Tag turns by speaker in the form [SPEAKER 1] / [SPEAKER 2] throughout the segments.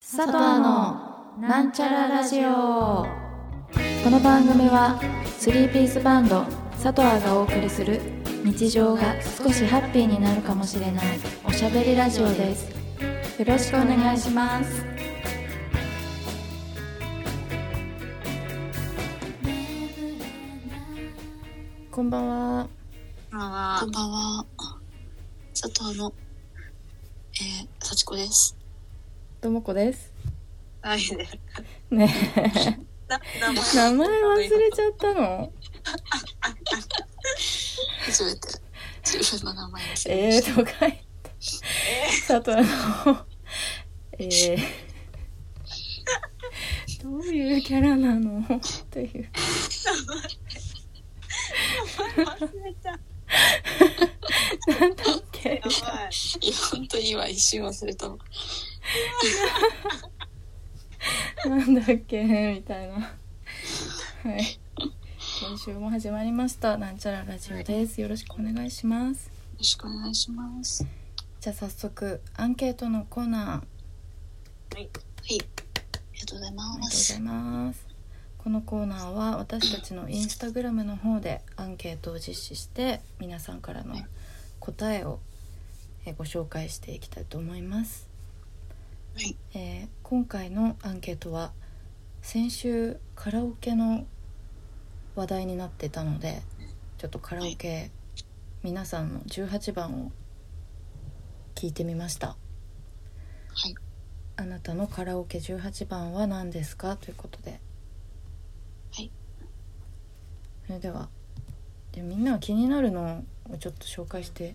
[SPEAKER 1] 佐藤のなんちゃらラジオこの番組はスリーピースバンド佐藤がお送りする日常が少しハッピーになるかもしれないおしゃべりラジオですよろしくお願いしますこんばんは
[SPEAKER 2] こんばんは
[SPEAKER 3] こん。ばんは。佐藤の、えー、幸子です。
[SPEAKER 1] ともこです
[SPEAKER 2] はい。です
[SPEAKER 1] ね
[SPEAKER 2] な名前
[SPEAKER 1] え名前忘れちゃったの
[SPEAKER 3] 初めて、自分の名前です。
[SPEAKER 1] えーと書いて、佐藤の、えー、どういうキャラなのという。
[SPEAKER 2] 忘れちゃっ
[SPEAKER 1] なんだっけ
[SPEAKER 2] た。やばい。
[SPEAKER 3] いや、本当に今一瞬忘れたわ。
[SPEAKER 1] なんだっけみたいな。はい。今週も始まりました。なんちゃらラジオです。よろしくお願いします。
[SPEAKER 3] よろしくお願いします。は
[SPEAKER 1] じゃあ早速、アンケートのコーナー、あ
[SPEAKER 3] い。ありがとうござい
[SPEAKER 1] り
[SPEAKER 3] ま
[SPEAKER 1] がとうござい
[SPEAKER 3] す。
[SPEAKER 1] ます。このコーナーは私たちのインスタグラムの方でアンケートを実施して皆さんからの答えをえーご紹介していきたいと思います、
[SPEAKER 3] はい
[SPEAKER 1] えー今回のアンケートは先週カラオケの話題になってたのでちょっとカラオケ、皆さんの18番を聞いてみました
[SPEAKER 3] はい。
[SPEAKER 1] あなたのカラオケ18番は何ですかということで
[SPEAKER 3] はい
[SPEAKER 1] それではでみんなが気になるのをちょっと紹介して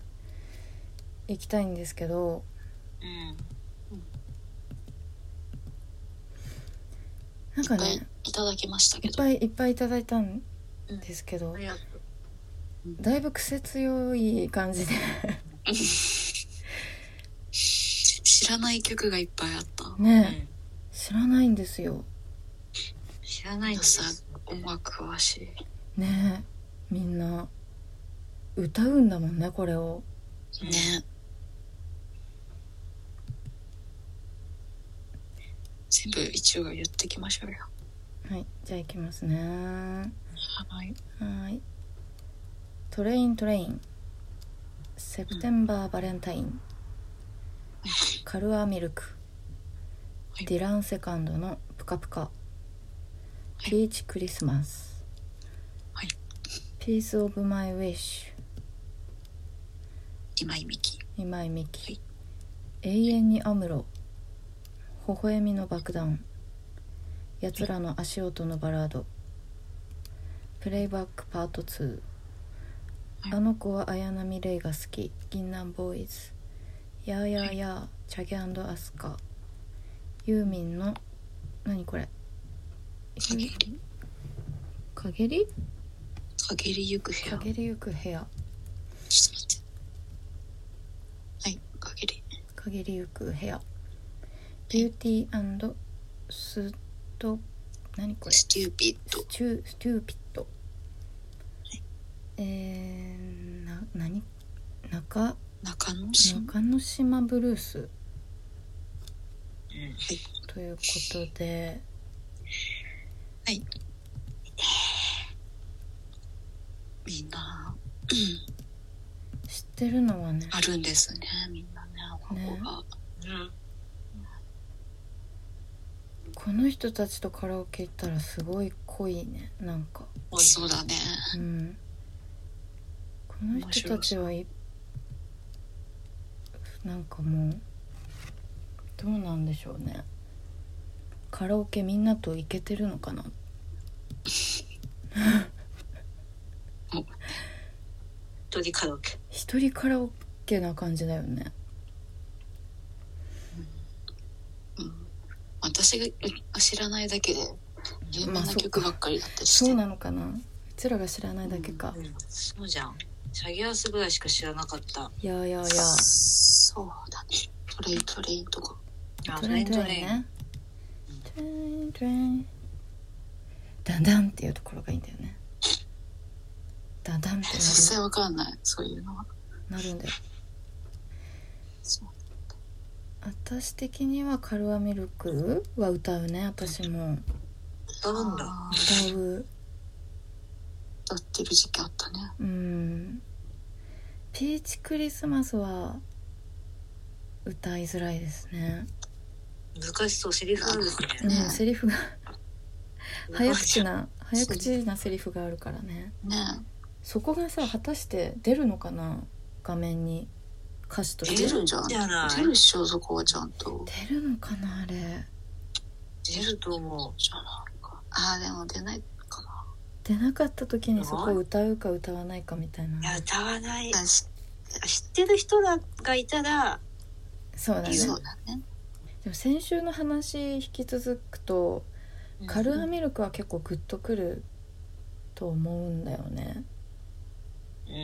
[SPEAKER 1] いきたいんですけど
[SPEAKER 2] うん。
[SPEAKER 1] なんか
[SPEAKER 3] はい
[SPEAKER 1] ね、
[SPEAKER 3] いただきました
[SPEAKER 1] い
[SPEAKER 3] け
[SPEAKER 1] っ
[SPEAKER 3] ど。
[SPEAKER 1] ぱいいっぱいいただいたんですけど、
[SPEAKER 2] ありがと
[SPEAKER 1] だいぶ癖強い感じで
[SPEAKER 3] 知らない曲がいっぱいあった。
[SPEAKER 2] う。う
[SPEAKER 1] ね
[SPEAKER 2] ん
[SPEAKER 1] 知らないんですよ
[SPEAKER 2] 知らないん
[SPEAKER 3] 皆
[SPEAKER 2] で
[SPEAKER 3] さ
[SPEAKER 2] す。
[SPEAKER 3] ん、音楽詳しい。
[SPEAKER 1] ねみんな歌うんだもんねこれを
[SPEAKER 2] うん
[SPEAKER 3] ね。全部一応言ってきましょうよ。
[SPEAKER 1] はいじゃあいきますね
[SPEAKER 3] はい。
[SPEAKER 1] はい。トレイントレイン。セプテンバーバレンタイン。カルアミルク。
[SPEAKER 3] はい
[SPEAKER 1] ディランセカンドのぷかぷか。
[SPEAKER 3] い
[SPEAKER 1] ビーチクリスマス。
[SPEAKER 3] はい
[SPEAKER 1] ピースオブマイウィッシ
[SPEAKER 3] 今井美樹。
[SPEAKER 1] ュ。今井美
[SPEAKER 3] は
[SPEAKER 1] 樹
[SPEAKER 3] い。
[SPEAKER 1] 永遠にアムロ。微笑みの爆弾。やつらの足音のバラード。プレイバックパート2。
[SPEAKER 3] はい
[SPEAKER 1] あの子は綾波レイが好き銀杏ボーイズやーやーやーチャゲアスカユーミンの何これ
[SPEAKER 3] 限り
[SPEAKER 1] 陰り
[SPEAKER 3] 限りゆく部屋。
[SPEAKER 1] 陰りゆく部屋
[SPEAKER 3] ちょっと待って。はい、限り。
[SPEAKER 1] 陰りゆく部屋ビューティースト何これ
[SPEAKER 3] ステューピッド
[SPEAKER 1] ス。チュースチューピット、えー、な何中
[SPEAKER 3] 中野市。
[SPEAKER 1] 中之島ブルース
[SPEAKER 2] うん
[SPEAKER 3] はい。
[SPEAKER 1] ということで
[SPEAKER 3] はい。みんな、
[SPEAKER 1] 知ってるのはね
[SPEAKER 3] あるんですね。みんなね、お
[SPEAKER 1] ね
[SPEAKER 3] 箱が。
[SPEAKER 2] うん。
[SPEAKER 1] この人たちとカラオケ行ったらすごい濃いねなんか
[SPEAKER 2] 多い
[SPEAKER 3] そうだね。
[SPEAKER 1] うんこの人たちはいなんかもうどうなんでしょうねカラオケみんなと行けてるのかな
[SPEAKER 2] 一人カラオケ。
[SPEAKER 1] 一人カラオケな感じだよね
[SPEAKER 3] うん。私がう知らないだけで、有名
[SPEAKER 1] まあ
[SPEAKER 3] な
[SPEAKER 1] そっか
[SPEAKER 3] 曲ばっかりだったりして。
[SPEAKER 1] そうなのかなうちらが知らないだけか、
[SPEAKER 2] うん。そうじゃん。チャギアスぐらいしか知らなかった。
[SPEAKER 1] いやいやいや
[SPEAKER 3] そうだね。トレイントレインとか。
[SPEAKER 2] あ、
[SPEAKER 1] トレイントレインねトレイントレインダンダンっていうところがいいんだよねダンダンって
[SPEAKER 3] 実際わかんない。そういうのは。
[SPEAKER 1] なるなるんだよ
[SPEAKER 3] そう。
[SPEAKER 1] あ私的にはカルアミルクは歌うね私も
[SPEAKER 2] 歌うんだ。
[SPEAKER 3] あ
[SPEAKER 1] 歌う
[SPEAKER 3] ー歌ってる時期あったね
[SPEAKER 1] うんピーチクリスマスは歌いづらいですね、
[SPEAKER 2] 難しそう、セリフあるね。
[SPEAKER 1] うん、
[SPEAKER 3] ね
[SPEAKER 1] セリフが早口
[SPEAKER 2] い。
[SPEAKER 1] な早口なセリフがあるからね
[SPEAKER 3] ね
[SPEAKER 1] そこがさ果たして出るのかな画面に歌詞として
[SPEAKER 3] 出るんじゃん
[SPEAKER 2] じゃない
[SPEAKER 3] 出るっしょそこはちゃんと
[SPEAKER 1] 出るのかなあれ
[SPEAKER 2] 出ると思。
[SPEAKER 3] じゃないかあーでも出ないかな
[SPEAKER 1] 出なかった時にそこを歌うか歌わないかみたいう
[SPEAKER 2] い
[SPEAKER 1] な
[SPEAKER 2] や、歌わない。
[SPEAKER 3] あし
[SPEAKER 2] 知ってる人らがいたら、
[SPEAKER 1] そうだね
[SPEAKER 3] そうだね
[SPEAKER 1] でも先週の話引き続くとカルアミルクは結構グッとくると思うんだよね、
[SPEAKER 2] うん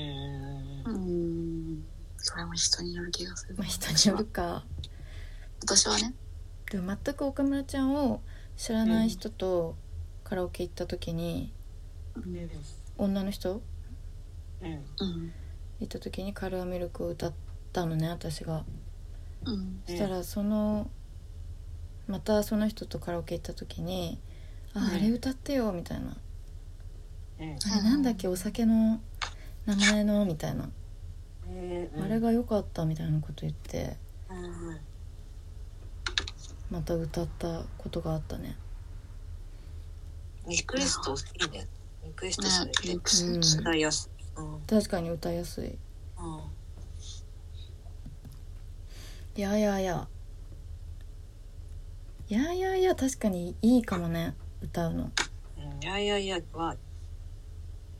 [SPEAKER 3] う。んそれも人による気がする
[SPEAKER 1] まあ、人によるか
[SPEAKER 3] 私はね
[SPEAKER 1] でも全く岡村ちゃんを知らない人とカラオケ行った時に、
[SPEAKER 3] うん
[SPEAKER 1] 女の人
[SPEAKER 2] うん。
[SPEAKER 3] うん
[SPEAKER 1] 行った時にカルアミルクを歌ったのね私が
[SPEAKER 3] うん
[SPEAKER 1] そしたらそのまたその人とカラオケ行った時に「あ
[SPEAKER 2] うん
[SPEAKER 1] あれ歌ってよ」みたいな
[SPEAKER 2] うん
[SPEAKER 1] 「あれなんだっけお酒の名前の」みたいな「
[SPEAKER 2] えー
[SPEAKER 1] あれ。が良かった」みたいなこと言って
[SPEAKER 2] うんうん
[SPEAKER 1] また歌ったことがあったね
[SPEAKER 2] リクエストいいね。リクエスト
[SPEAKER 3] ね
[SPEAKER 2] され
[SPEAKER 3] リ
[SPEAKER 2] て
[SPEAKER 3] ン。クス
[SPEAKER 1] うん
[SPEAKER 3] する
[SPEAKER 2] 歌いやすい。うん。うん。
[SPEAKER 1] 確かに歌いやすい「やーやーやー」「やーやーやー」確かにいいかもね歌うの
[SPEAKER 2] うんいやいやいやは、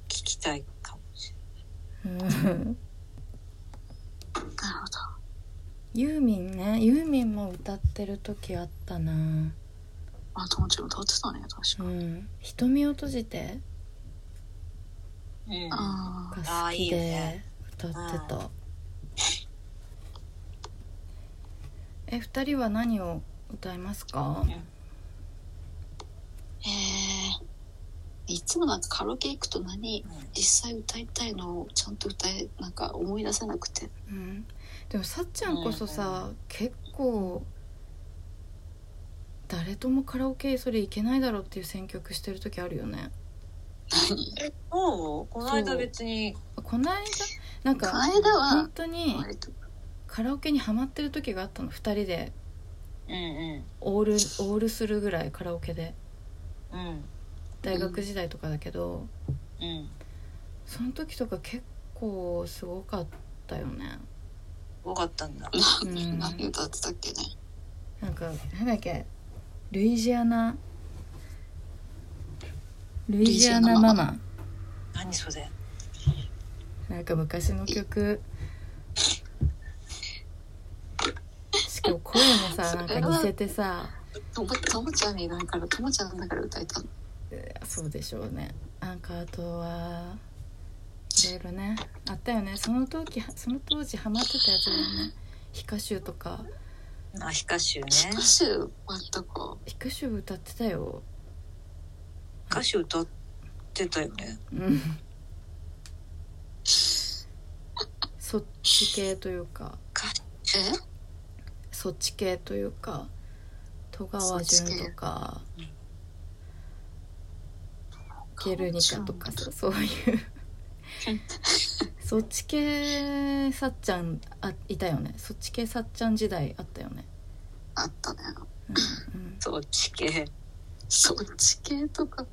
[SPEAKER 2] 聞きたいかもし
[SPEAKER 1] うん
[SPEAKER 3] なるほど
[SPEAKER 1] ユーミンねユーミンも歌ってる時あったな
[SPEAKER 3] あ友達も歌ってたね確か
[SPEAKER 1] うん「瞳を閉じて」
[SPEAKER 2] れない。
[SPEAKER 3] あー
[SPEAKER 1] が好
[SPEAKER 2] あーい
[SPEAKER 1] き
[SPEAKER 2] い
[SPEAKER 1] で
[SPEAKER 2] ね
[SPEAKER 1] 歌ってた、え二人は何を歌いますか
[SPEAKER 3] えーいつもなんかカラオケ行くと何
[SPEAKER 2] うん
[SPEAKER 3] 実際歌いたいのをちゃんと歌えなんか思い出せなくて
[SPEAKER 1] うんでもさっちゃんこそさ、結構誰ともカラオケそれいけないだろうっていう選曲してる時あるよね
[SPEAKER 3] 何
[SPEAKER 2] え、そうこの間別に。
[SPEAKER 1] こないだなん
[SPEAKER 3] この
[SPEAKER 1] か
[SPEAKER 3] 間は
[SPEAKER 1] 本当に
[SPEAKER 3] 割と
[SPEAKER 1] カラオケにハマってる時があったの二人で
[SPEAKER 2] うんうん。
[SPEAKER 1] オールオールするぐらいカラオケで
[SPEAKER 2] うん。
[SPEAKER 1] 大学時代とかだけど、
[SPEAKER 2] うん。
[SPEAKER 1] その時とか結構すごかったよね
[SPEAKER 2] 多かったんだ。
[SPEAKER 1] うん
[SPEAKER 3] 何歌ってたっけね
[SPEAKER 1] なんかなんだっけルイジアナルイジアナママ
[SPEAKER 2] 何それ。
[SPEAKER 1] なんか昔の曲しかも声もさなんか似せてさ
[SPEAKER 3] ともともちゃんいないからともちゃんだから歌えたの
[SPEAKER 1] そうでしょうねなんかあとはいろいろねあったよねその時その当時ハマってたやつだよねヒカシューとか
[SPEAKER 2] あ、ヒカシュね。
[SPEAKER 3] 歌手終わったか
[SPEAKER 1] ヒカシュー歌ってたよ
[SPEAKER 2] 歌手歌ってたよね。
[SPEAKER 1] うんそっち系というか
[SPEAKER 3] え
[SPEAKER 1] そっち系というか戸川純とかゲルニカとかさそういう そっち系さっちゃんあいたよねそっち系さっちゃん時代あったよね、
[SPEAKER 3] あったね
[SPEAKER 1] うんうん、
[SPEAKER 2] そっち系。
[SPEAKER 3] そっち系とか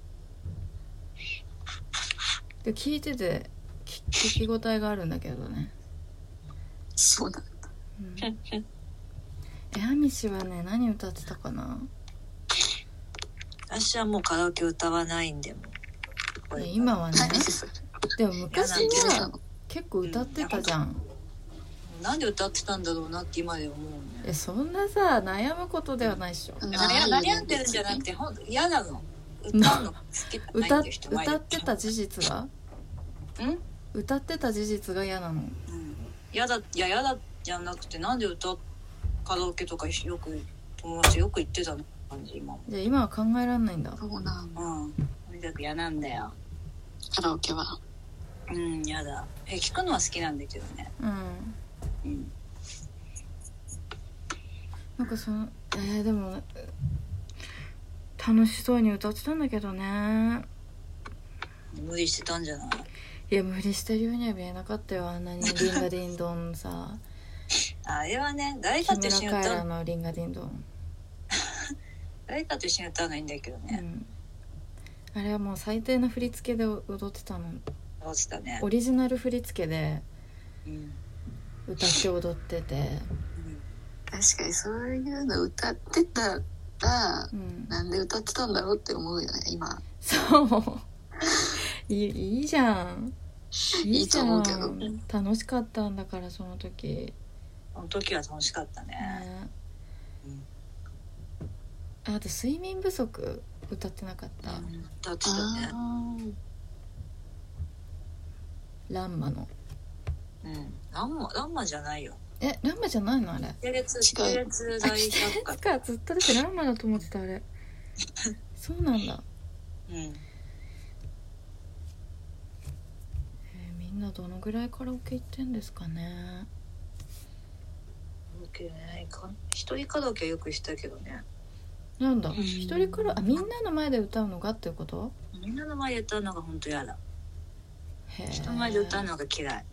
[SPEAKER 1] で聞いてて聞聞き応えがあるんだけどね、
[SPEAKER 3] そうだ
[SPEAKER 1] うん、え あみしはね何歌ってたかな
[SPEAKER 2] 私はもうカラオケ歌わないんでもう。
[SPEAKER 1] ね今はね
[SPEAKER 3] 何それ
[SPEAKER 1] でも昔
[SPEAKER 3] 何してた
[SPEAKER 1] は
[SPEAKER 3] の
[SPEAKER 1] 結構歌ってたじゃん
[SPEAKER 2] なんで歌ってたんだろうなって今で思うね
[SPEAKER 1] えそんなさ悩むことではないっしょ
[SPEAKER 2] 悩悩んでるんじゃなくてほん嫌なの歌うの好きじゃない
[SPEAKER 1] 歌
[SPEAKER 2] っ
[SPEAKER 1] って
[SPEAKER 2] いう人前で
[SPEAKER 1] 歌ってた事実が
[SPEAKER 2] ん
[SPEAKER 1] 歌ってた事実が嫌なの
[SPEAKER 2] うん嫌だいや嫌だじゃなくてなんで歌カラオケとかよく友達よく行ってたの感じ今
[SPEAKER 1] じゃあ今は考えられないんだ
[SPEAKER 3] そうなんだ
[SPEAKER 2] うんとにかく嫌なんだよ
[SPEAKER 3] カラオケは
[SPEAKER 2] うん嫌だえ聞くのは好きなんだけどね
[SPEAKER 1] うん
[SPEAKER 2] うん
[SPEAKER 1] なんかそのえー、でも楽しそうに歌ってたんだけどね
[SPEAKER 2] 無理してたんじゃない
[SPEAKER 1] いや無理してるようには見えなかったよあんなに「リンガディンド ンさ」
[SPEAKER 2] あれはね誰か
[SPEAKER 1] 木
[SPEAKER 2] と一緒
[SPEAKER 1] 村
[SPEAKER 2] に
[SPEAKER 1] カエ
[SPEAKER 2] 歌
[SPEAKER 1] ラ
[SPEAKER 2] う
[SPEAKER 1] の「リンガディンドン
[SPEAKER 2] 誰かと一緒に歌うのいいんだけど」
[SPEAKER 1] う
[SPEAKER 2] ね、
[SPEAKER 1] んあれはもう最低な振り付けで踊ってたの
[SPEAKER 2] そうしたね
[SPEAKER 1] オリジナル振り付けで
[SPEAKER 2] うん
[SPEAKER 1] 歌って踊ってて
[SPEAKER 3] 確かにそういうの歌ってたら
[SPEAKER 1] うん
[SPEAKER 3] なんで歌ってたんだろうって思うよね今
[SPEAKER 1] そういいいいじゃんい
[SPEAKER 3] いいと思うけど
[SPEAKER 1] ん楽しかったんだからその時
[SPEAKER 2] その時は楽しかったね、
[SPEAKER 1] ねあと睡眠不足歌ってなかった、
[SPEAKER 2] うん、歌ってたね
[SPEAKER 1] ランマの
[SPEAKER 2] うんランマランマじゃないよ
[SPEAKER 1] えランマじゃないのあれ
[SPEAKER 2] 系列系列大百科
[SPEAKER 1] つかずっと出てランマだと思ってたあれ そうなんだ、
[SPEAKER 2] うん
[SPEAKER 1] えーみんなどのぐらいカラオケ行ってんですかね
[SPEAKER 2] オッケーねか一人カラオケはよくしたけどね
[SPEAKER 1] なんだ
[SPEAKER 3] ん
[SPEAKER 1] 一人カラあみんなの前で歌うのがっていうこと
[SPEAKER 2] みんなの前で歌うのが本当嫌だ
[SPEAKER 1] へえ
[SPEAKER 2] 人前で歌うのが嫌い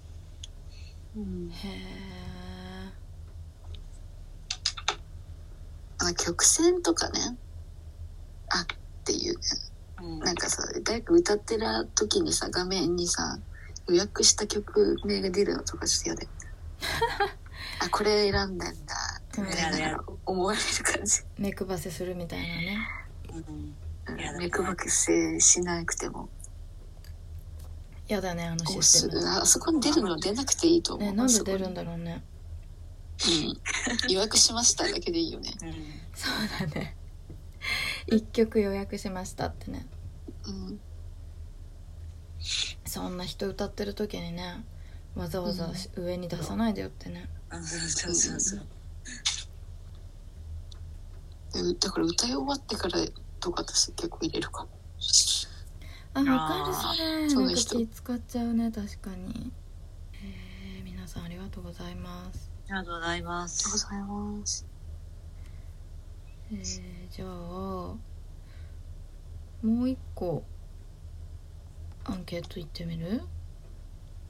[SPEAKER 3] うん
[SPEAKER 1] へえ
[SPEAKER 3] あ曲線とかねあっていうね
[SPEAKER 2] うん
[SPEAKER 3] なんかさ誰か歌ってる時にさ画面にさ予約した曲名が出るのとかちょっと嫌だ よねあこれ選んだんだってみたいなのが思われる感じ
[SPEAKER 1] 目くばせするみたいなね
[SPEAKER 2] うんや
[SPEAKER 3] 目くばくせしなくても
[SPEAKER 1] やだねあの
[SPEAKER 3] お
[SPEAKER 1] シ
[SPEAKER 3] す
[SPEAKER 1] ステム
[SPEAKER 3] あそこに出るの出なくていいと思う、
[SPEAKER 1] ねなんで出る
[SPEAKER 3] うん
[SPEAKER 1] だろうね
[SPEAKER 3] ん、予約しましただけでいいよね
[SPEAKER 2] うん
[SPEAKER 1] そうだね一曲予約しましたってね
[SPEAKER 3] うん
[SPEAKER 1] そんな人歌ってる時にねわざわざし上に出さないでよってね
[SPEAKER 2] あそうそうそう
[SPEAKER 3] でだから歌い終わってからとか私結構入れるかも
[SPEAKER 1] あわかるそ
[SPEAKER 3] そ
[SPEAKER 1] れ
[SPEAKER 3] う
[SPEAKER 1] なん
[SPEAKER 3] で
[SPEAKER 1] か
[SPEAKER 3] した
[SPEAKER 1] 気使っちゃうね確かにえー皆さんありがとうございます
[SPEAKER 2] ありがとうございま
[SPEAKER 3] ありが
[SPEAKER 2] す
[SPEAKER 3] とうございます
[SPEAKER 1] えーじゃあもう一個アンケートいってみる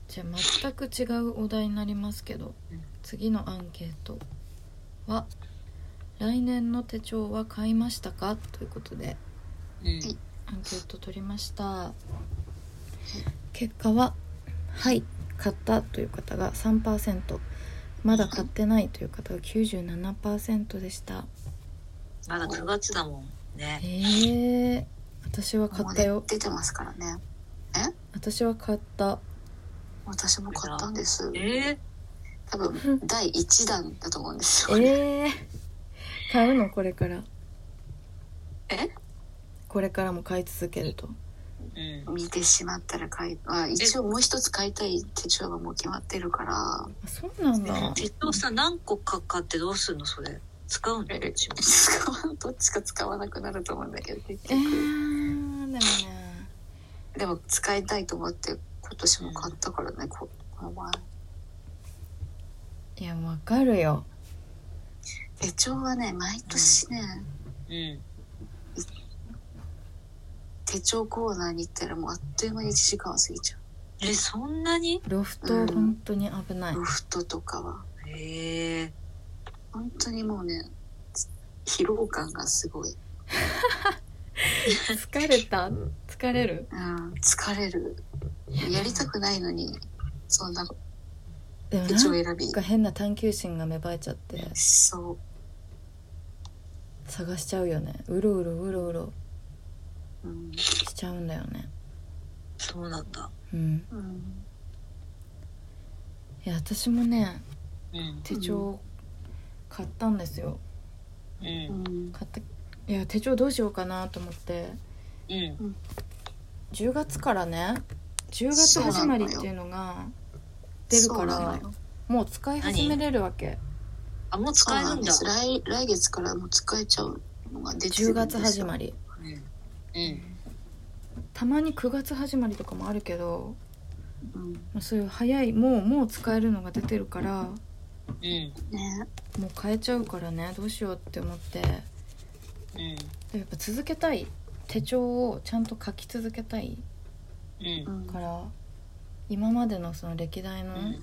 [SPEAKER 1] じゃあ全く違うお題になりますけど
[SPEAKER 2] うん
[SPEAKER 1] 次のアンケートは「来年の手帳は買いましたか?」ということで
[SPEAKER 2] うん
[SPEAKER 1] アンケート取りました結果は「はい買った」という方が3%まだ買ってないという方が97%でした
[SPEAKER 2] まだ9月だもんね
[SPEAKER 1] えー、私は買った
[SPEAKER 3] もう
[SPEAKER 1] よ
[SPEAKER 3] ね出てますからね
[SPEAKER 1] 私は買った
[SPEAKER 3] 私も買ったんです
[SPEAKER 2] えー、
[SPEAKER 3] 多分第1弾だと思うんです
[SPEAKER 1] え
[SPEAKER 3] よ、
[SPEAKER 1] ー、買うのこれから
[SPEAKER 3] え
[SPEAKER 1] これからも買い続けると
[SPEAKER 2] うん
[SPEAKER 3] 見てしまったら買いあ一応もう一つ買いたい手帳がもう決まってるから
[SPEAKER 1] あそうなんだ
[SPEAKER 2] 手帳さ何個か買ってどうすんのそれ使うの
[SPEAKER 3] え
[SPEAKER 2] 一応
[SPEAKER 3] 使わんどっちか使わなくなると思うんだけど結
[SPEAKER 1] え
[SPEAKER 3] 局
[SPEAKER 1] ー、でもね
[SPEAKER 3] でも使いたいと思って今年も買ったからねここの前
[SPEAKER 1] いやわかるよ
[SPEAKER 3] 手帳はね毎年ね、
[SPEAKER 2] うん
[SPEAKER 3] 手帳コーナーに行ったらもうあっという間に1時間は過ぎちゃ
[SPEAKER 2] えそんなに
[SPEAKER 1] ロフト本当に危ないう
[SPEAKER 3] ロフトとかは
[SPEAKER 2] へえ
[SPEAKER 3] 本当にもうね疲労感がすごい、
[SPEAKER 1] 疲れた疲れる
[SPEAKER 3] うん、疲れるやりたくないのにそんな
[SPEAKER 1] でも
[SPEAKER 3] 手
[SPEAKER 1] な
[SPEAKER 3] 帳
[SPEAKER 1] ん
[SPEAKER 3] 選び
[SPEAKER 1] か変な探求心が芽生えちゃって
[SPEAKER 3] そう
[SPEAKER 1] 探しちゃうよねうろうろうろうろ
[SPEAKER 3] うん
[SPEAKER 1] しちゃうんだよね
[SPEAKER 2] そうなんだ
[SPEAKER 1] うん
[SPEAKER 3] うん
[SPEAKER 1] いや私もね
[SPEAKER 2] うん
[SPEAKER 1] 手帳買ったんですよ
[SPEAKER 2] う
[SPEAKER 3] うんん
[SPEAKER 1] 買ったいや手帳どうしようかなと思って
[SPEAKER 2] うん
[SPEAKER 1] 10月からね10月始まりっていうのが出るか
[SPEAKER 3] そうなの
[SPEAKER 1] ら
[SPEAKER 3] よ
[SPEAKER 1] もう使い始めれるわけ
[SPEAKER 2] あもう
[SPEAKER 3] そう
[SPEAKER 2] 使え
[SPEAKER 3] な
[SPEAKER 2] る
[SPEAKER 3] ん
[SPEAKER 2] ん
[SPEAKER 3] で
[SPEAKER 2] だ
[SPEAKER 3] す来来月からもう使えちゃうのが出てる
[SPEAKER 1] 10
[SPEAKER 3] んです
[SPEAKER 1] 月始まり
[SPEAKER 2] うんうん
[SPEAKER 1] たまに9月始まりとかもあるけど
[SPEAKER 3] り、うん
[SPEAKER 1] まあそういう早いもうもう使えるのが出てるから
[SPEAKER 2] うん
[SPEAKER 3] ね
[SPEAKER 1] もう変えちゃうからねどうしようって思って
[SPEAKER 2] うん
[SPEAKER 1] やっぱ続けたい手帳をちゃんと書き続けたい
[SPEAKER 2] うん
[SPEAKER 3] うん
[SPEAKER 1] から今までのその歴代の
[SPEAKER 2] うん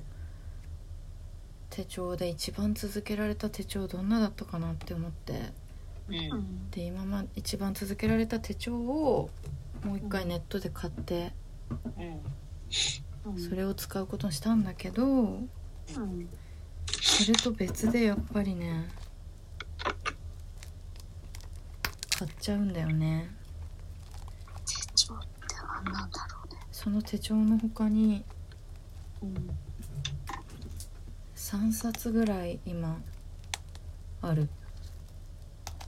[SPEAKER 1] 手帳で一番続けられた手帳どんなだったかなって思って
[SPEAKER 2] う
[SPEAKER 3] うんん
[SPEAKER 1] で今ま一番続けられた手帳をもう一回ネットで買って
[SPEAKER 2] うん
[SPEAKER 3] うん
[SPEAKER 1] それを使うことにしたんだけど
[SPEAKER 3] うん
[SPEAKER 1] それと別でやっぱりね買っちゃうんだよね
[SPEAKER 3] 手帳って何なんだろうね
[SPEAKER 1] その手帳の他に
[SPEAKER 3] うん
[SPEAKER 1] 3冊ぐらい今ある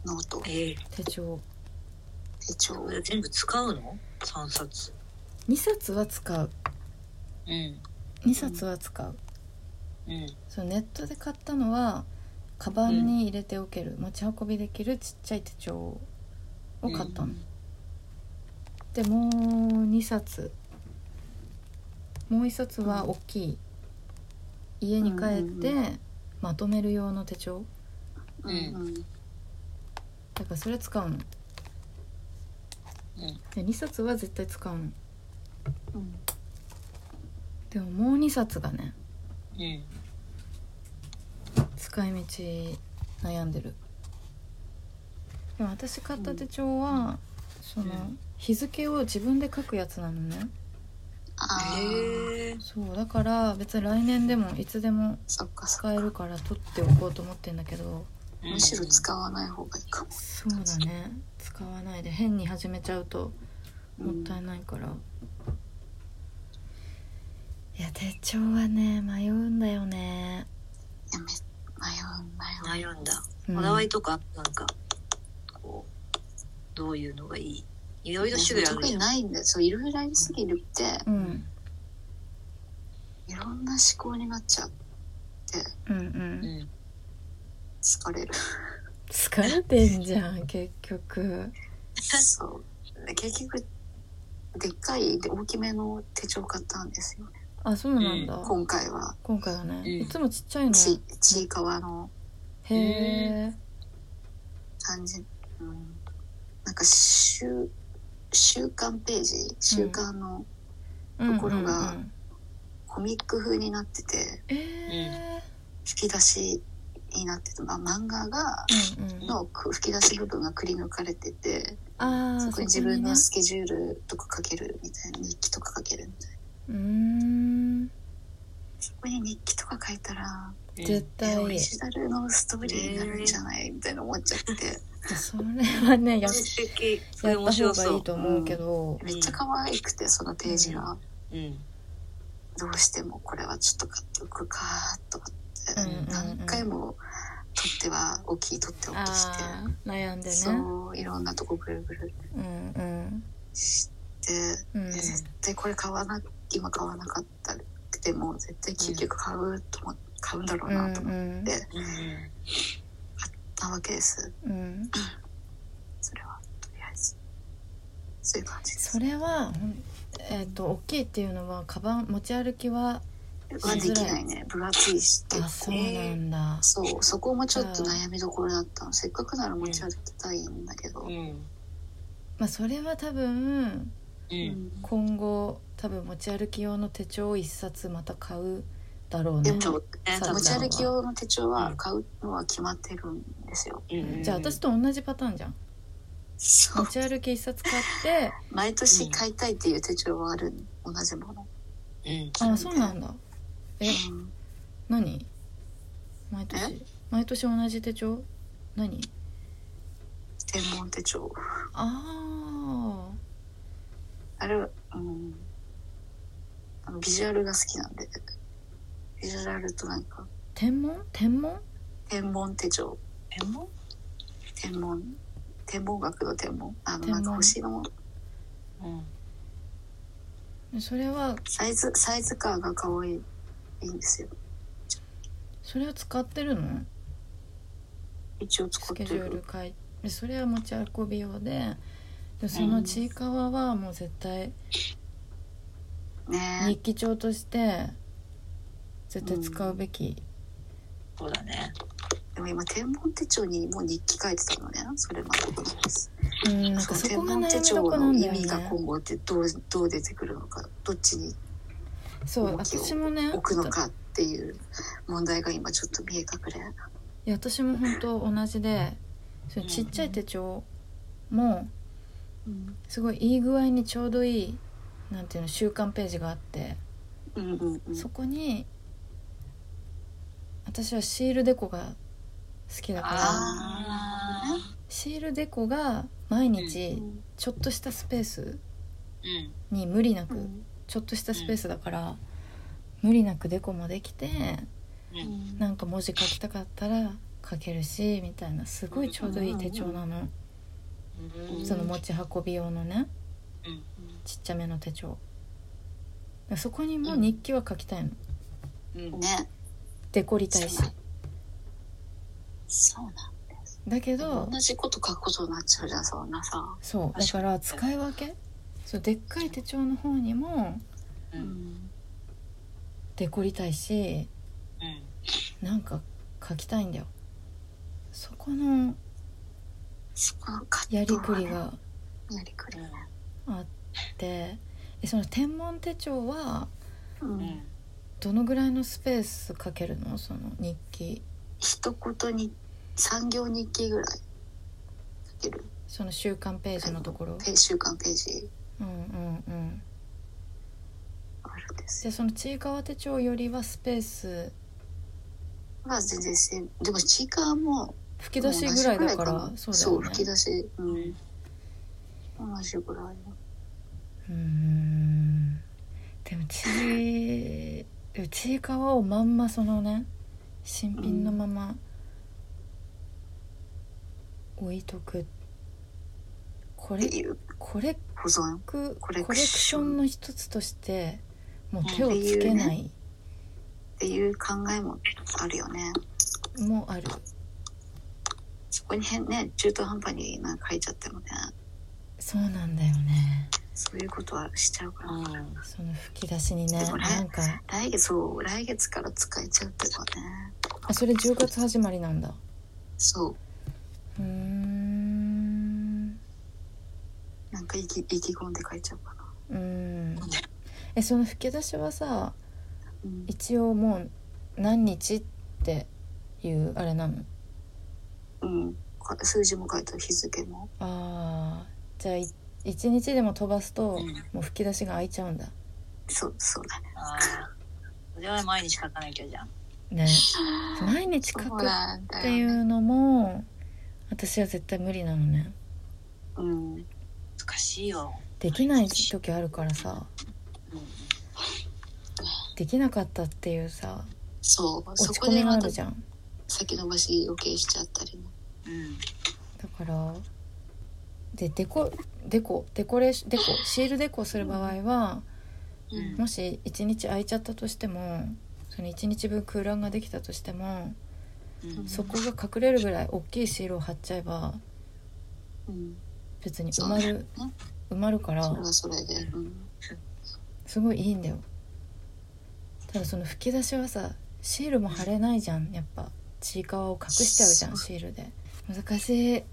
[SPEAKER 3] ノート
[SPEAKER 2] え
[SPEAKER 1] 手帳
[SPEAKER 3] 手帳
[SPEAKER 2] ー、全部使うの三冊
[SPEAKER 1] 2冊は使う
[SPEAKER 2] うん
[SPEAKER 1] 2冊は使う
[SPEAKER 2] うん
[SPEAKER 1] そのネットで買ったのはカバンに入れておける、持ち運びできるちっちゃい手帳を買ったの、でもう2冊もう1冊は大きい、家に帰って
[SPEAKER 3] うん
[SPEAKER 1] まとめる用の手帳
[SPEAKER 3] うんうん
[SPEAKER 1] だからそれ使うの、で2冊は絶対使う
[SPEAKER 3] う
[SPEAKER 1] の
[SPEAKER 3] ん
[SPEAKER 1] でももう2冊がね
[SPEAKER 2] うん
[SPEAKER 1] 使い道悩んでるでも私買った手帳は、その、
[SPEAKER 2] うん
[SPEAKER 1] 日付を自分で書くやつなのね
[SPEAKER 3] あー
[SPEAKER 2] へえ
[SPEAKER 1] そうだから別に来年でもいつでも
[SPEAKER 3] そっかそっか
[SPEAKER 1] 使えるから取っておこうと思ってんだけど
[SPEAKER 3] むしろ使わない方がいいかも
[SPEAKER 1] そうだね使わないで変に始めちゃうともったいないから、いや手帳はね迷うんだよね、
[SPEAKER 3] やめ迷うんだよ
[SPEAKER 2] 悩んだ
[SPEAKER 1] うん
[SPEAKER 2] こだわりとかなんかこうどういうのがいいいろいろ種類ある
[SPEAKER 3] 特
[SPEAKER 2] じ
[SPEAKER 3] に
[SPEAKER 2] ゃん
[SPEAKER 3] ないんだよそういろいろありすぎるって
[SPEAKER 1] うん、
[SPEAKER 3] いろんな思考になっちゃう
[SPEAKER 1] うんうん
[SPEAKER 2] うん
[SPEAKER 3] 疲れる
[SPEAKER 1] 疲れてんじゃん結局
[SPEAKER 3] そう結局でっかいで大きめの手帳買ったんですよね
[SPEAKER 1] あそうなんだ、
[SPEAKER 3] 今回は
[SPEAKER 1] 今回はね、
[SPEAKER 2] うん
[SPEAKER 1] いつもちっちゃいの
[SPEAKER 3] ちちいかわの
[SPEAKER 1] へえ
[SPEAKER 3] 感じ、うん、なんか週週刊ページ週刊のところが
[SPEAKER 1] うんうんうん
[SPEAKER 3] コミック風になってて、
[SPEAKER 1] え
[SPEAKER 3] 吹き出しになってて、まあ、漫画が
[SPEAKER 1] ーうんうん、
[SPEAKER 3] のく吹き出し部分がくり抜かれてて
[SPEAKER 1] あー
[SPEAKER 3] そ
[SPEAKER 1] そ
[SPEAKER 3] こ
[SPEAKER 1] こ
[SPEAKER 3] に
[SPEAKER 1] に
[SPEAKER 3] 自分
[SPEAKER 1] ね
[SPEAKER 3] のスケジュールとか書けるみたいな日記とか書けるみたいな
[SPEAKER 1] うーん
[SPEAKER 3] そこに日記とか書いたら
[SPEAKER 1] 絶対
[SPEAKER 3] えオリジナルのストーリーになるんじゃないみたいな思っちゃって
[SPEAKER 1] それはねや
[SPEAKER 2] うん素敵そ
[SPEAKER 1] やっ
[SPEAKER 2] れ
[SPEAKER 1] た
[SPEAKER 2] 面
[SPEAKER 1] 方
[SPEAKER 2] 白
[SPEAKER 1] がい
[SPEAKER 2] そ
[SPEAKER 1] いと思うけど、
[SPEAKER 3] めっちゃ可愛くてそのページが
[SPEAKER 2] ううん
[SPEAKER 3] どうしてもこれはちょっと買っておくかと思って、
[SPEAKER 1] うんうんうん
[SPEAKER 3] 何回も取っては大きい取って
[SPEAKER 1] あ
[SPEAKER 3] 大きいして
[SPEAKER 1] あー悩んでね
[SPEAKER 3] そういろんなとこぐるぐる
[SPEAKER 1] うんうん
[SPEAKER 3] して、
[SPEAKER 1] うん
[SPEAKER 3] で絶対これ買わな今買わなかったくても絶対結局買うと思っ買うんだろう
[SPEAKER 1] う
[SPEAKER 3] なんと
[SPEAKER 1] う
[SPEAKER 3] 思っ
[SPEAKER 1] ん
[SPEAKER 3] て
[SPEAKER 2] うん
[SPEAKER 3] たわけです
[SPEAKER 1] うん
[SPEAKER 3] それはとりあえずそういう感じです
[SPEAKER 1] それはほんえっ、と大きいっていうのはカバン持ち歩きは
[SPEAKER 3] はできないね分厚いし
[SPEAKER 1] あ
[SPEAKER 3] 結
[SPEAKER 1] そ
[SPEAKER 3] 構
[SPEAKER 1] うなんだ
[SPEAKER 3] そうそこもちょっと悩みどころだったのせっかくなら持ち歩きたいんだけど、
[SPEAKER 2] うん
[SPEAKER 1] まあそれは多分
[SPEAKER 2] う
[SPEAKER 3] うん
[SPEAKER 2] ん
[SPEAKER 1] 今後多分持ち歩き用の手帳を一冊また買うだろう
[SPEAKER 3] で
[SPEAKER 1] ね
[SPEAKER 3] も
[SPEAKER 2] ね
[SPEAKER 1] そう
[SPEAKER 3] 持ち
[SPEAKER 1] だ
[SPEAKER 3] 歩き用の手帳は買うのは決まってるんですよ。
[SPEAKER 2] うん
[SPEAKER 1] じゃあ私と同じパターンじゃん
[SPEAKER 3] そ
[SPEAKER 1] 持
[SPEAKER 3] う
[SPEAKER 1] ち歩き一冊買って
[SPEAKER 3] 毎年買いたいっていう手帳はある同じもの。
[SPEAKER 2] うん
[SPEAKER 1] あそうなんだえ
[SPEAKER 3] うん
[SPEAKER 1] 何毎年毎年同じ手帳何
[SPEAKER 3] 専門手帳。
[SPEAKER 1] あ
[SPEAKER 3] あれ、うん、あのビジュアルが好きなんでビジュアルとなんか
[SPEAKER 1] ー天文天文
[SPEAKER 3] 天文手帳
[SPEAKER 2] 天文
[SPEAKER 3] 天文天文学の天文あの
[SPEAKER 1] 天文
[SPEAKER 3] なんか星の
[SPEAKER 2] うん
[SPEAKER 1] それは
[SPEAKER 3] サイズサイズ感が可愛いいいんですよ。
[SPEAKER 1] それを使ってるの
[SPEAKER 3] 一応使
[SPEAKER 1] ス
[SPEAKER 3] って
[SPEAKER 1] ケ
[SPEAKER 3] る。
[SPEAKER 1] ジュール買いでそれは持ち運び用ででそのちいかわはもう絶対
[SPEAKER 3] ね
[SPEAKER 1] 日記帳として絶対使うべき
[SPEAKER 2] そうだね。
[SPEAKER 3] でも今天文手帳にもう日記書いてたのねそれまでです
[SPEAKER 1] うんなん
[SPEAKER 3] そ
[SPEAKER 1] か
[SPEAKER 3] の
[SPEAKER 1] そ
[SPEAKER 3] 天文手帳
[SPEAKER 1] こが悩みどこな
[SPEAKER 3] の
[SPEAKER 1] んだ
[SPEAKER 3] 意
[SPEAKER 1] よ
[SPEAKER 3] 味が
[SPEAKER 1] ね
[SPEAKER 3] 今後ってどうどう出てくるのかどっちに
[SPEAKER 1] そ
[SPEAKER 3] 動
[SPEAKER 1] う
[SPEAKER 3] きを
[SPEAKER 1] 私もね
[SPEAKER 3] 置くのかっていう問題が今ちょっと見え隠れ
[SPEAKER 1] いや私も本当同じでそう
[SPEAKER 2] うん
[SPEAKER 1] ちっちゃい手帳もすごいいい具合にちょうどいいなんていうの週刊ページがあって
[SPEAKER 3] うんうんうん
[SPEAKER 1] そこに私はシールデコが好きだから
[SPEAKER 2] ああ。
[SPEAKER 1] シールデコが毎
[SPEAKER 3] う
[SPEAKER 1] 日
[SPEAKER 3] ん
[SPEAKER 1] ちょっとしたスペース
[SPEAKER 2] うん。
[SPEAKER 1] に無理なく、
[SPEAKER 3] うん
[SPEAKER 1] ちょっとしたスペースだから、無理なくデコもできて
[SPEAKER 3] う
[SPEAKER 2] う。
[SPEAKER 3] んん
[SPEAKER 1] なんか文字書きたかったら書けるしみたいなすごいちょうどいい手帳なの、
[SPEAKER 2] うん。
[SPEAKER 1] その持ち運び用のね
[SPEAKER 2] うん。
[SPEAKER 1] ちっちゃめの手帳そこにも日記は書きたいの
[SPEAKER 2] うん。
[SPEAKER 3] ね
[SPEAKER 1] デコりたいし
[SPEAKER 3] そうそう
[SPEAKER 1] だけ
[SPEAKER 3] な
[SPEAKER 1] ど
[SPEAKER 3] の同じこと書くことになっちゃうじゃんそんなさ
[SPEAKER 1] そうだから使い分けそうでっかい手帳の方にも
[SPEAKER 2] うん。うん。
[SPEAKER 1] デコりたいし
[SPEAKER 2] うん。
[SPEAKER 1] なんか書きたいんだよそこの
[SPEAKER 3] そこの葛
[SPEAKER 1] や
[SPEAKER 3] 藤
[SPEAKER 1] り
[SPEAKER 3] は
[SPEAKER 1] くり
[SPEAKER 3] ね
[SPEAKER 1] が
[SPEAKER 3] やりくりね
[SPEAKER 1] あってえその天文手帳は
[SPEAKER 3] うん
[SPEAKER 2] うん。
[SPEAKER 1] どのぐらいのスペースかけるのその日記
[SPEAKER 3] 一言に産業日記ぐらい書ける
[SPEAKER 1] その週刊ページのところ
[SPEAKER 3] ペ週刊ページ
[SPEAKER 1] うんうんうん
[SPEAKER 3] あるんですよ
[SPEAKER 1] でそのちいかわ手帳よりはスペース
[SPEAKER 3] まあ全然せんでもチーカーも
[SPEAKER 1] 吹き出しぐらいだから
[SPEAKER 3] 同じぐ
[SPEAKER 1] そう
[SPEAKER 3] い
[SPEAKER 1] だ
[SPEAKER 3] そう
[SPEAKER 1] よ
[SPEAKER 3] 吹き
[SPEAKER 1] ね
[SPEAKER 3] 出しうん同じぐらいの
[SPEAKER 1] うーんでもちいでもちいかわをまんまそのね新品のまま置いとくこ
[SPEAKER 3] って
[SPEAKER 1] れ
[SPEAKER 3] いう
[SPEAKER 1] これ
[SPEAKER 3] 保存
[SPEAKER 1] クコ
[SPEAKER 3] コ
[SPEAKER 1] レ
[SPEAKER 3] レ
[SPEAKER 1] ク
[SPEAKER 3] ク
[SPEAKER 1] シ
[SPEAKER 3] シ
[SPEAKER 1] ョ
[SPEAKER 3] ョン
[SPEAKER 1] ンの一つとしてもう手をつけない
[SPEAKER 3] っていう考えもあるよね
[SPEAKER 1] もある
[SPEAKER 3] そこに変ね中途半端になんか書いちゃってもね
[SPEAKER 1] そうなんだよね
[SPEAKER 3] そういうことはしちゃうから、
[SPEAKER 1] その吹き出しにね
[SPEAKER 3] でもね
[SPEAKER 1] なんか
[SPEAKER 3] 来月そう来月から使えちゃうってことね
[SPEAKER 1] あそれ10月始まりなんだ
[SPEAKER 3] そう
[SPEAKER 1] うーん
[SPEAKER 3] なんか意気意気込んで書いちゃうかな、
[SPEAKER 1] うーんえその吹き出しはさ
[SPEAKER 3] うん、
[SPEAKER 1] 一応もう何日っていうあれなの
[SPEAKER 3] うん、こ数字も書いた日付も
[SPEAKER 1] あーじゃあい一日でも飛ばすと、
[SPEAKER 2] うん
[SPEAKER 1] もう吹き出しが開いちゃうんだ
[SPEAKER 3] そうそうだね
[SPEAKER 2] ああ。それは毎日書かなきゃじゃん。
[SPEAKER 1] ね毎日書
[SPEAKER 3] そう
[SPEAKER 1] く
[SPEAKER 3] なん
[SPEAKER 1] っ
[SPEAKER 3] だ
[SPEAKER 1] てい
[SPEAKER 3] よね
[SPEAKER 1] うのも私は絶対無理なのね
[SPEAKER 3] うん
[SPEAKER 2] 難しいよ。
[SPEAKER 1] できない時あるからさ
[SPEAKER 2] うん。
[SPEAKER 1] できなかったっていうさ
[SPEAKER 3] そう
[SPEAKER 1] 落
[SPEAKER 3] そ
[SPEAKER 1] ち
[SPEAKER 3] こ
[SPEAKER 1] 込み
[SPEAKER 3] で
[SPEAKER 1] があ
[SPEAKER 3] また
[SPEAKER 1] るじゃん
[SPEAKER 3] 先延ばし余計しちゃったりも
[SPEAKER 2] うん。
[SPEAKER 1] だからでデコデコデコレーションデコシールデコする場合は
[SPEAKER 2] うん
[SPEAKER 1] もし1日空いちゃったとしてもその1日分空欄ができたとしても
[SPEAKER 2] うん。
[SPEAKER 1] そこが隠れるぐらい大きいシールを貼っちゃえば
[SPEAKER 3] うん
[SPEAKER 1] 別に埋まる埋まるから
[SPEAKER 3] それはそれでうん
[SPEAKER 1] すごいいいんだよただその吹き出しはさシールも貼れないじゃんやっぱちいかわを隠しちゃうじゃんシールで難しい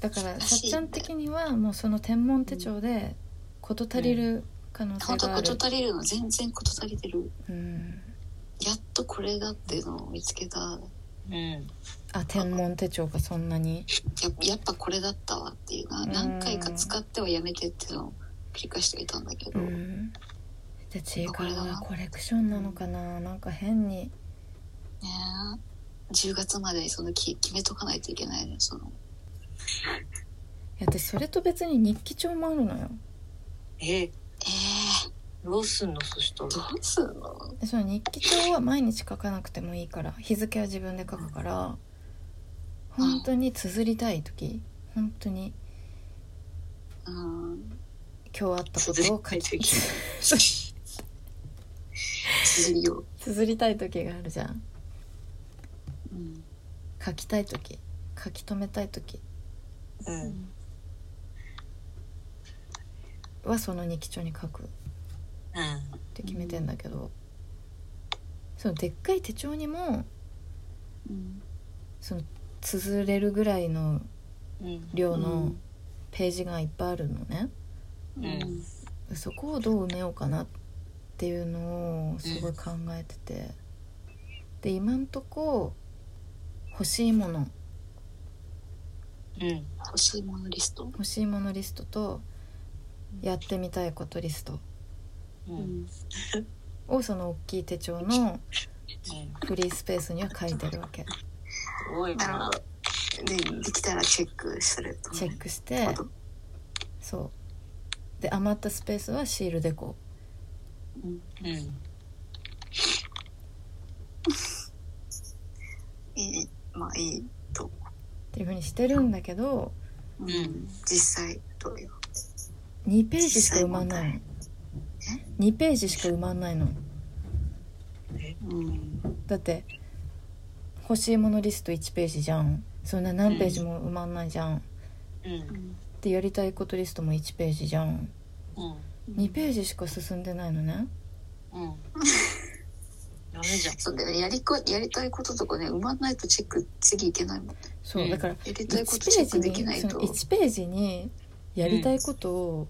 [SPEAKER 1] だから
[SPEAKER 3] 難
[SPEAKER 1] さっ
[SPEAKER 3] しいね
[SPEAKER 1] ちゃん的にはもうその天文手帳で事足りる可能性
[SPEAKER 3] 本当
[SPEAKER 1] があ
[SPEAKER 3] こと
[SPEAKER 1] る
[SPEAKER 3] 足りるの全然こと足りてる
[SPEAKER 1] うん
[SPEAKER 3] やっとこれだっていうのを見つけたや
[SPEAKER 2] うん。
[SPEAKER 1] あ天文手帳がそんなに
[SPEAKER 3] やっぱこれだったわっていうな
[SPEAKER 1] うん
[SPEAKER 3] 何回か使ってはやめてっていうのを繰り返してはいたんだけ
[SPEAKER 1] う
[SPEAKER 3] ど、
[SPEAKER 1] んでちいかわはコレクションなのかななんか変に
[SPEAKER 3] ねえ10月までそのき決めとかないといけないのその
[SPEAKER 1] いや私それと別に日記帳もあるのよ
[SPEAKER 3] え
[SPEAKER 2] え、
[SPEAKER 3] え
[SPEAKER 2] どうすんのそしたら。
[SPEAKER 3] どうすんの
[SPEAKER 1] でその日記帳は毎日書かなくてもいいから日付は自分で書くから本当に綴りたい時本当に
[SPEAKER 3] うん
[SPEAKER 1] 今日あったことを書いて
[SPEAKER 2] 綴りたい時
[SPEAKER 3] 綴りを、
[SPEAKER 1] 綴りたい時があるじゃん
[SPEAKER 3] うん、
[SPEAKER 1] 書きたい時書き留めたい時
[SPEAKER 2] うん。
[SPEAKER 1] はその日記帳に書くっ
[SPEAKER 2] うん。
[SPEAKER 1] て決めてんだけど、そのでっかい手帳にも
[SPEAKER 3] うん
[SPEAKER 1] その綴れるぐらいの
[SPEAKER 2] うん
[SPEAKER 1] 量のページがいっぱいあるのね、
[SPEAKER 3] うん
[SPEAKER 2] う
[SPEAKER 1] そこをどう埋めようかなっていうのをすごい考えててで今んとこ欲しいもの
[SPEAKER 2] うん
[SPEAKER 3] 欲しいものリスト
[SPEAKER 1] 欲しいものリストとやってみたいことリスト
[SPEAKER 3] う
[SPEAKER 2] う
[SPEAKER 3] んん
[SPEAKER 1] をその大きい手帳のフリースペースには書いてるわけ
[SPEAKER 2] すごい
[SPEAKER 3] なる
[SPEAKER 2] な
[SPEAKER 3] ほどでできたらチェックすると
[SPEAKER 1] チェックしてそうで余ったスペースはシールでこ
[SPEAKER 2] うん
[SPEAKER 3] いいまあいいと
[SPEAKER 1] うっていうふうにしてるんだけど
[SPEAKER 3] うん
[SPEAKER 2] ん
[SPEAKER 3] 実際どうよ
[SPEAKER 1] 2ページしか埋まんないの2ページしか埋まんないの
[SPEAKER 3] うん
[SPEAKER 1] だって欲しいものリスト1ページじゃんそんな何ページも埋まんないじゃん、
[SPEAKER 2] うん
[SPEAKER 1] でやりたいことリストも1ページじゃん
[SPEAKER 2] うん
[SPEAKER 1] 2ページしか進んでないのね
[SPEAKER 2] うんダメじゃん
[SPEAKER 3] そうだよねやりこやりたいこととかね埋まんないとチェック次いけないもんね
[SPEAKER 1] そう、
[SPEAKER 2] うん
[SPEAKER 1] だから
[SPEAKER 3] やり
[SPEAKER 1] 1ペ
[SPEAKER 3] たいことチェックでき
[SPEAKER 1] ー
[SPEAKER 3] な
[SPEAKER 1] ジ
[SPEAKER 3] い
[SPEAKER 1] にそ
[SPEAKER 3] と
[SPEAKER 1] の1ページにやりたいことを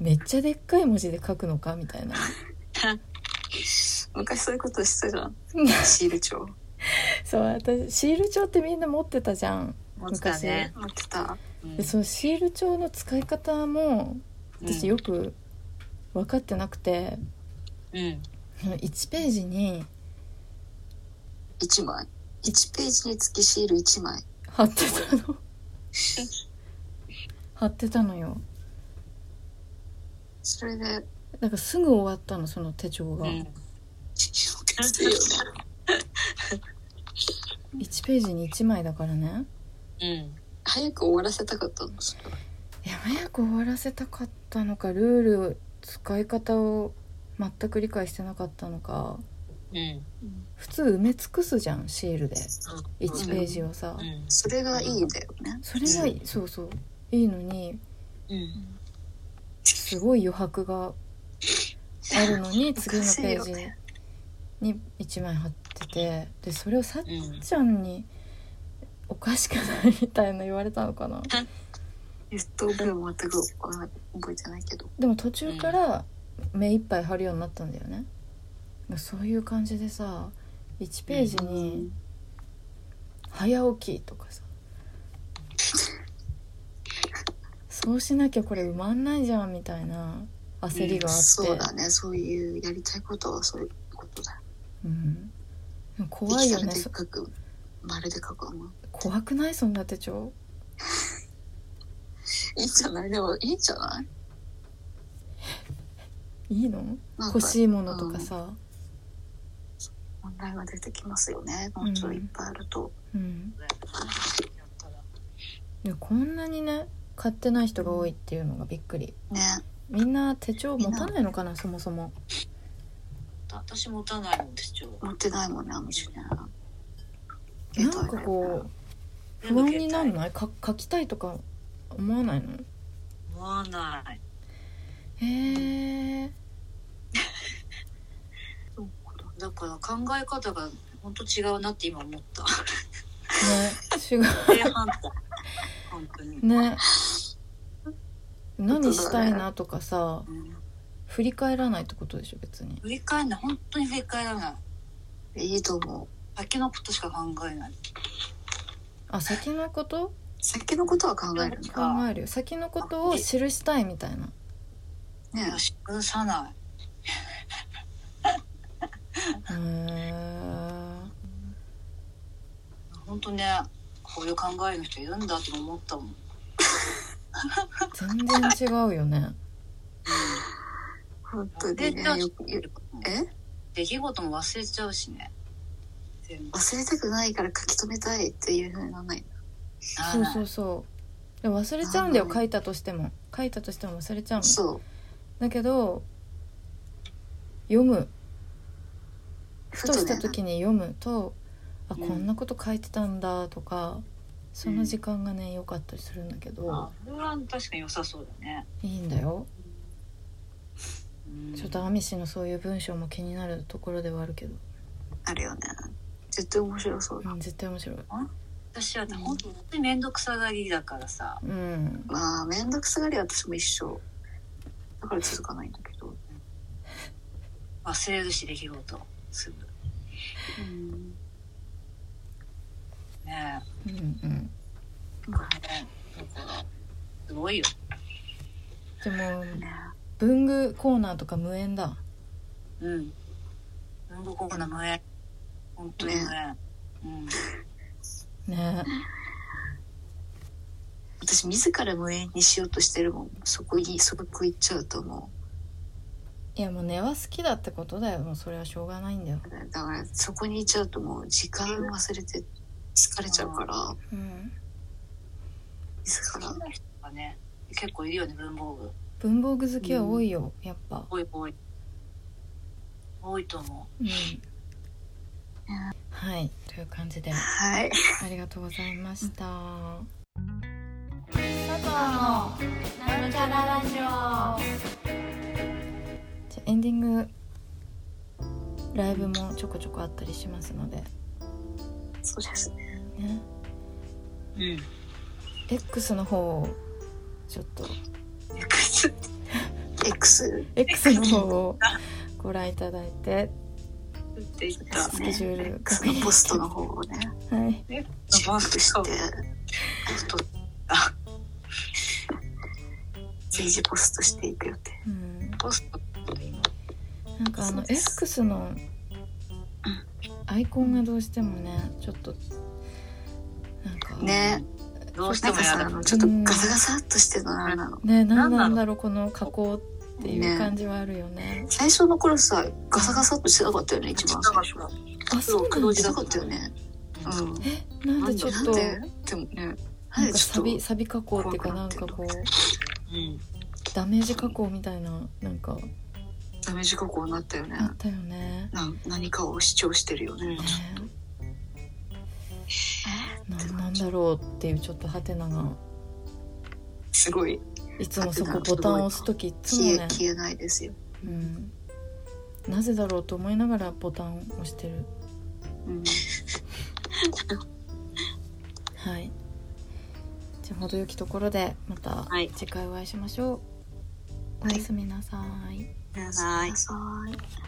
[SPEAKER 1] めっちゃでっかい文字で書くのか みたいな
[SPEAKER 3] 昔そういうことしてたじゃんシール帳
[SPEAKER 1] そう私シール帳ってみんな持ってたじゃん
[SPEAKER 2] 持つかね
[SPEAKER 3] 持ってた
[SPEAKER 1] でそのシール帳の使い方も私よく分かってなくて、
[SPEAKER 2] うん
[SPEAKER 1] その1ページに
[SPEAKER 3] 1枚1ページにつきシール1枚
[SPEAKER 1] 貼ってたの貼ってたのよ
[SPEAKER 3] それで
[SPEAKER 1] だからすぐ終わったのその手帳
[SPEAKER 2] う
[SPEAKER 1] が、
[SPEAKER 2] ん
[SPEAKER 1] 1ページに1枚だからね
[SPEAKER 2] うん
[SPEAKER 3] 早く終わらせたかったのそれはい
[SPEAKER 1] や早く終わらせたかったのかルールを使い方を全く理解してなかったのか
[SPEAKER 2] うん
[SPEAKER 1] 普通埋め尽くすじゃんシールで
[SPEAKER 2] う
[SPEAKER 1] 1
[SPEAKER 2] ん
[SPEAKER 1] ページをさ、
[SPEAKER 2] うん
[SPEAKER 3] それがいいんだよね
[SPEAKER 1] それがいいそうそういいのに
[SPEAKER 2] うん
[SPEAKER 1] すごい余白があるのに次のページに1枚貼っててでそれをさっ
[SPEAKER 2] うん
[SPEAKER 1] ちゃんに「おかしくない」みたいな言われたのかな
[SPEAKER 3] 言った覚えも全く覚えてないけど
[SPEAKER 1] でも途中から目いっぱい貼るようになったんだよねそういう感じでさ1ページに「早起き」とかさそうしなきゃこれ埋まんないじゃんみたいな焦りがあって、
[SPEAKER 3] そうだねそういうやりたいことはそういうことだ
[SPEAKER 1] うん、で
[SPEAKER 3] で
[SPEAKER 1] も怖い
[SPEAKER 3] きた
[SPEAKER 1] よ
[SPEAKER 3] ら
[SPEAKER 1] ね
[SPEAKER 3] でっ
[SPEAKER 1] そ
[SPEAKER 3] かく丸で書くの
[SPEAKER 1] 怖くないそんな手帳
[SPEAKER 3] いいんじゃないでもいいんじゃない
[SPEAKER 1] いいの
[SPEAKER 3] なんか
[SPEAKER 1] 欲しいものとかさ、
[SPEAKER 3] 問題が出てきますよねもうちょいいっぱいあると、
[SPEAKER 1] うん、
[SPEAKER 2] やったら
[SPEAKER 1] いやこんなにね買ってない人が多いっていうのがびっくり
[SPEAKER 3] ね
[SPEAKER 1] みんな手帳持たないのかなそもそも
[SPEAKER 2] 私持たないもん手帳
[SPEAKER 3] 持ってないもんねあんましね
[SPEAKER 1] なんかこう不安になるないか書きたいとか思わないの
[SPEAKER 2] 思わない
[SPEAKER 1] へえ
[SPEAKER 2] だから考え方が本当違うなって今思った
[SPEAKER 1] ね
[SPEAKER 2] 正反対本当に
[SPEAKER 1] 違うね何したいなとかさ
[SPEAKER 2] うん
[SPEAKER 1] 振り返らないってことでしょ別に
[SPEAKER 2] 振り返らない本当に振り返らない
[SPEAKER 3] いいと思う
[SPEAKER 2] 先のことしか考えない
[SPEAKER 1] あ先のこと
[SPEAKER 3] 先のことは考えるん
[SPEAKER 1] 考
[SPEAKER 3] だ
[SPEAKER 1] えるよ先のことを記したいみたいな
[SPEAKER 3] ね
[SPEAKER 2] し崩さない
[SPEAKER 1] へ ー
[SPEAKER 2] 本当ねこういう考えの人いるんだと思ったもん、
[SPEAKER 1] 全然違うよね
[SPEAKER 3] 本当にねよくよえ
[SPEAKER 2] 出来事も忘れちゃうしね全部
[SPEAKER 3] 忘れたくないから書き留めたいっていうふうにならない
[SPEAKER 2] な
[SPEAKER 1] そう
[SPEAKER 2] ら
[SPEAKER 1] そ
[SPEAKER 2] な
[SPEAKER 1] う
[SPEAKER 2] い
[SPEAKER 1] そうでも忘れちゃうんだよ書いたとしても書いたとしても忘れちゃうの
[SPEAKER 3] そう
[SPEAKER 1] だけど読むふ
[SPEAKER 3] ふ
[SPEAKER 1] と
[SPEAKER 3] と
[SPEAKER 1] した
[SPEAKER 3] ね
[SPEAKER 1] 時に読むとあ
[SPEAKER 2] うん
[SPEAKER 1] こんなこと書いてたんだとかその時間がね良かったりするんだけ
[SPEAKER 2] あ
[SPEAKER 1] ど
[SPEAKER 2] それは確かに良さそうだね、
[SPEAKER 1] いいんだよ
[SPEAKER 2] うん
[SPEAKER 1] ちょっとアミシのそういう文章も気になるところではあるけど
[SPEAKER 3] あるよね絶対面白そうだ
[SPEAKER 1] うん、絶対面白い
[SPEAKER 2] 私はね
[SPEAKER 1] うん
[SPEAKER 2] 本当に面倒くさがりだからさ
[SPEAKER 1] うん
[SPEAKER 3] まあ面倒くさがりは私も一緒だから続かないんだけど
[SPEAKER 2] 忘れるし出来事すぐ
[SPEAKER 3] うん
[SPEAKER 2] ね
[SPEAKER 1] うんうん
[SPEAKER 2] えなんかねだからすごいよ
[SPEAKER 1] でも
[SPEAKER 3] ね
[SPEAKER 1] 文具コーナーとか無縁だ
[SPEAKER 2] うん文房具コーナー無縁本当に無縁、うん
[SPEAKER 1] ね
[SPEAKER 3] 私自ら無縁にしようとしてるもんそこにそこ行っちゃうとも
[SPEAKER 1] いやもう根は好きだってことだよもうそれはしょうがないんだよ
[SPEAKER 3] うだからそこに行っちゃうともう時間忘れて疲れちゃうから
[SPEAKER 1] うん
[SPEAKER 3] 自
[SPEAKER 2] 好
[SPEAKER 3] ら
[SPEAKER 2] きな人がね結構いるよね文房具
[SPEAKER 1] 文房具好きは多いよ、やっぱ
[SPEAKER 2] 多い多い多いと思
[SPEAKER 1] うんはいという感じであ
[SPEAKER 3] はい
[SPEAKER 1] りがとうございました
[SPEAKER 4] 佐藤のなんちゃらラジオ
[SPEAKER 1] じゃあエンディングライブもちょこちょこあったりしますので、
[SPEAKER 3] そうですね
[SPEAKER 1] ね、
[SPEAKER 2] ううん
[SPEAKER 1] X の方をちょっと
[SPEAKER 2] X
[SPEAKER 3] X
[SPEAKER 1] X の方をご覧いただいて
[SPEAKER 2] って言っ
[SPEAKER 3] で
[SPEAKER 2] た
[SPEAKER 3] す
[SPEAKER 1] スケジュール
[SPEAKER 3] ね X のポストの方をね
[SPEAKER 1] はい
[SPEAKER 3] チェックして
[SPEAKER 2] そう
[SPEAKER 3] ポスト随時ポストしていく予定
[SPEAKER 1] うん
[SPEAKER 2] ポストって今
[SPEAKER 1] なんかあ
[SPEAKER 3] そ
[SPEAKER 1] の
[SPEAKER 3] うです
[SPEAKER 1] X のアイコンがどうしてもねちょっとなんか
[SPEAKER 3] ね
[SPEAKER 2] どうし
[SPEAKER 3] な
[SPEAKER 2] て
[SPEAKER 3] んか
[SPEAKER 2] もや
[SPEAKER 3] さ
[SPEAKER 2] ら
[SPEAKER 3] あ
[SPEAKER 2] ない
[SPEAKER 3] のちょっとガサガサっとしてるのなんなの
[SPEAKER 1] ね何な
[SPEAKER 2] なんん
[SPEAKER 1] だ
[SPEAKER 2] な
[SPEAKER 1] ろうこの加工っていう
[SPEAKER 3] ね
[SPEAKER 1] 感じはあるよね
[SPEAKER 3] 最初の頃さガサガサっとしてなかったよね一番最初
[SPEAKER 1] あそうなんだ
[SPEAKER 3] 黒字なかったよねうん
[SPEAKER 1] えなんでちょっ
[SPEAKER 3] な
[SPEAKER 1] と
[SPEAKER 3] んででもねな
[SPEAKER 1] なんん
[SPEAKER 3] でち
[SPEAKER 1] か
[SPEAKER 3] ょ
[SPEAKER 1] サ
[SPEAKER 3] っと
[SPEAKER 1] ビサビ加工っていうかなんかこう
[SPEAKER 2] うん
[SPEAKER 1] ダメージ加工みたいななんか
[SPEAKER 3] ダメージ加工になったよね
[SPEAKER 1] あったよね
[SPEAKER 3] な何かを主張してるよね
[SPEAKER 1] ねなんなんだろうっていうちょっとハテナが
[SPEAKER 3] すごい
[SPEAKER 1] いつもそこボタンを押す時いつも
[SPEAKER 3] 消え
[SPEAKER 1] ね、
[SPEAKER 3] 消えないですよ
[SPEAKER 1] うん、なぜだろうと思いながらボタンを押してる
[SPEAKER 3] うん
[SPEAKER 1] はい。じゃあ程よきところでまた
[SPEAKER 2] はい
[SPEAKER 1] 次回お会いしましょう。おやすみなさい。
[SPEAKER 2] はい
[SPEAKER 3] さい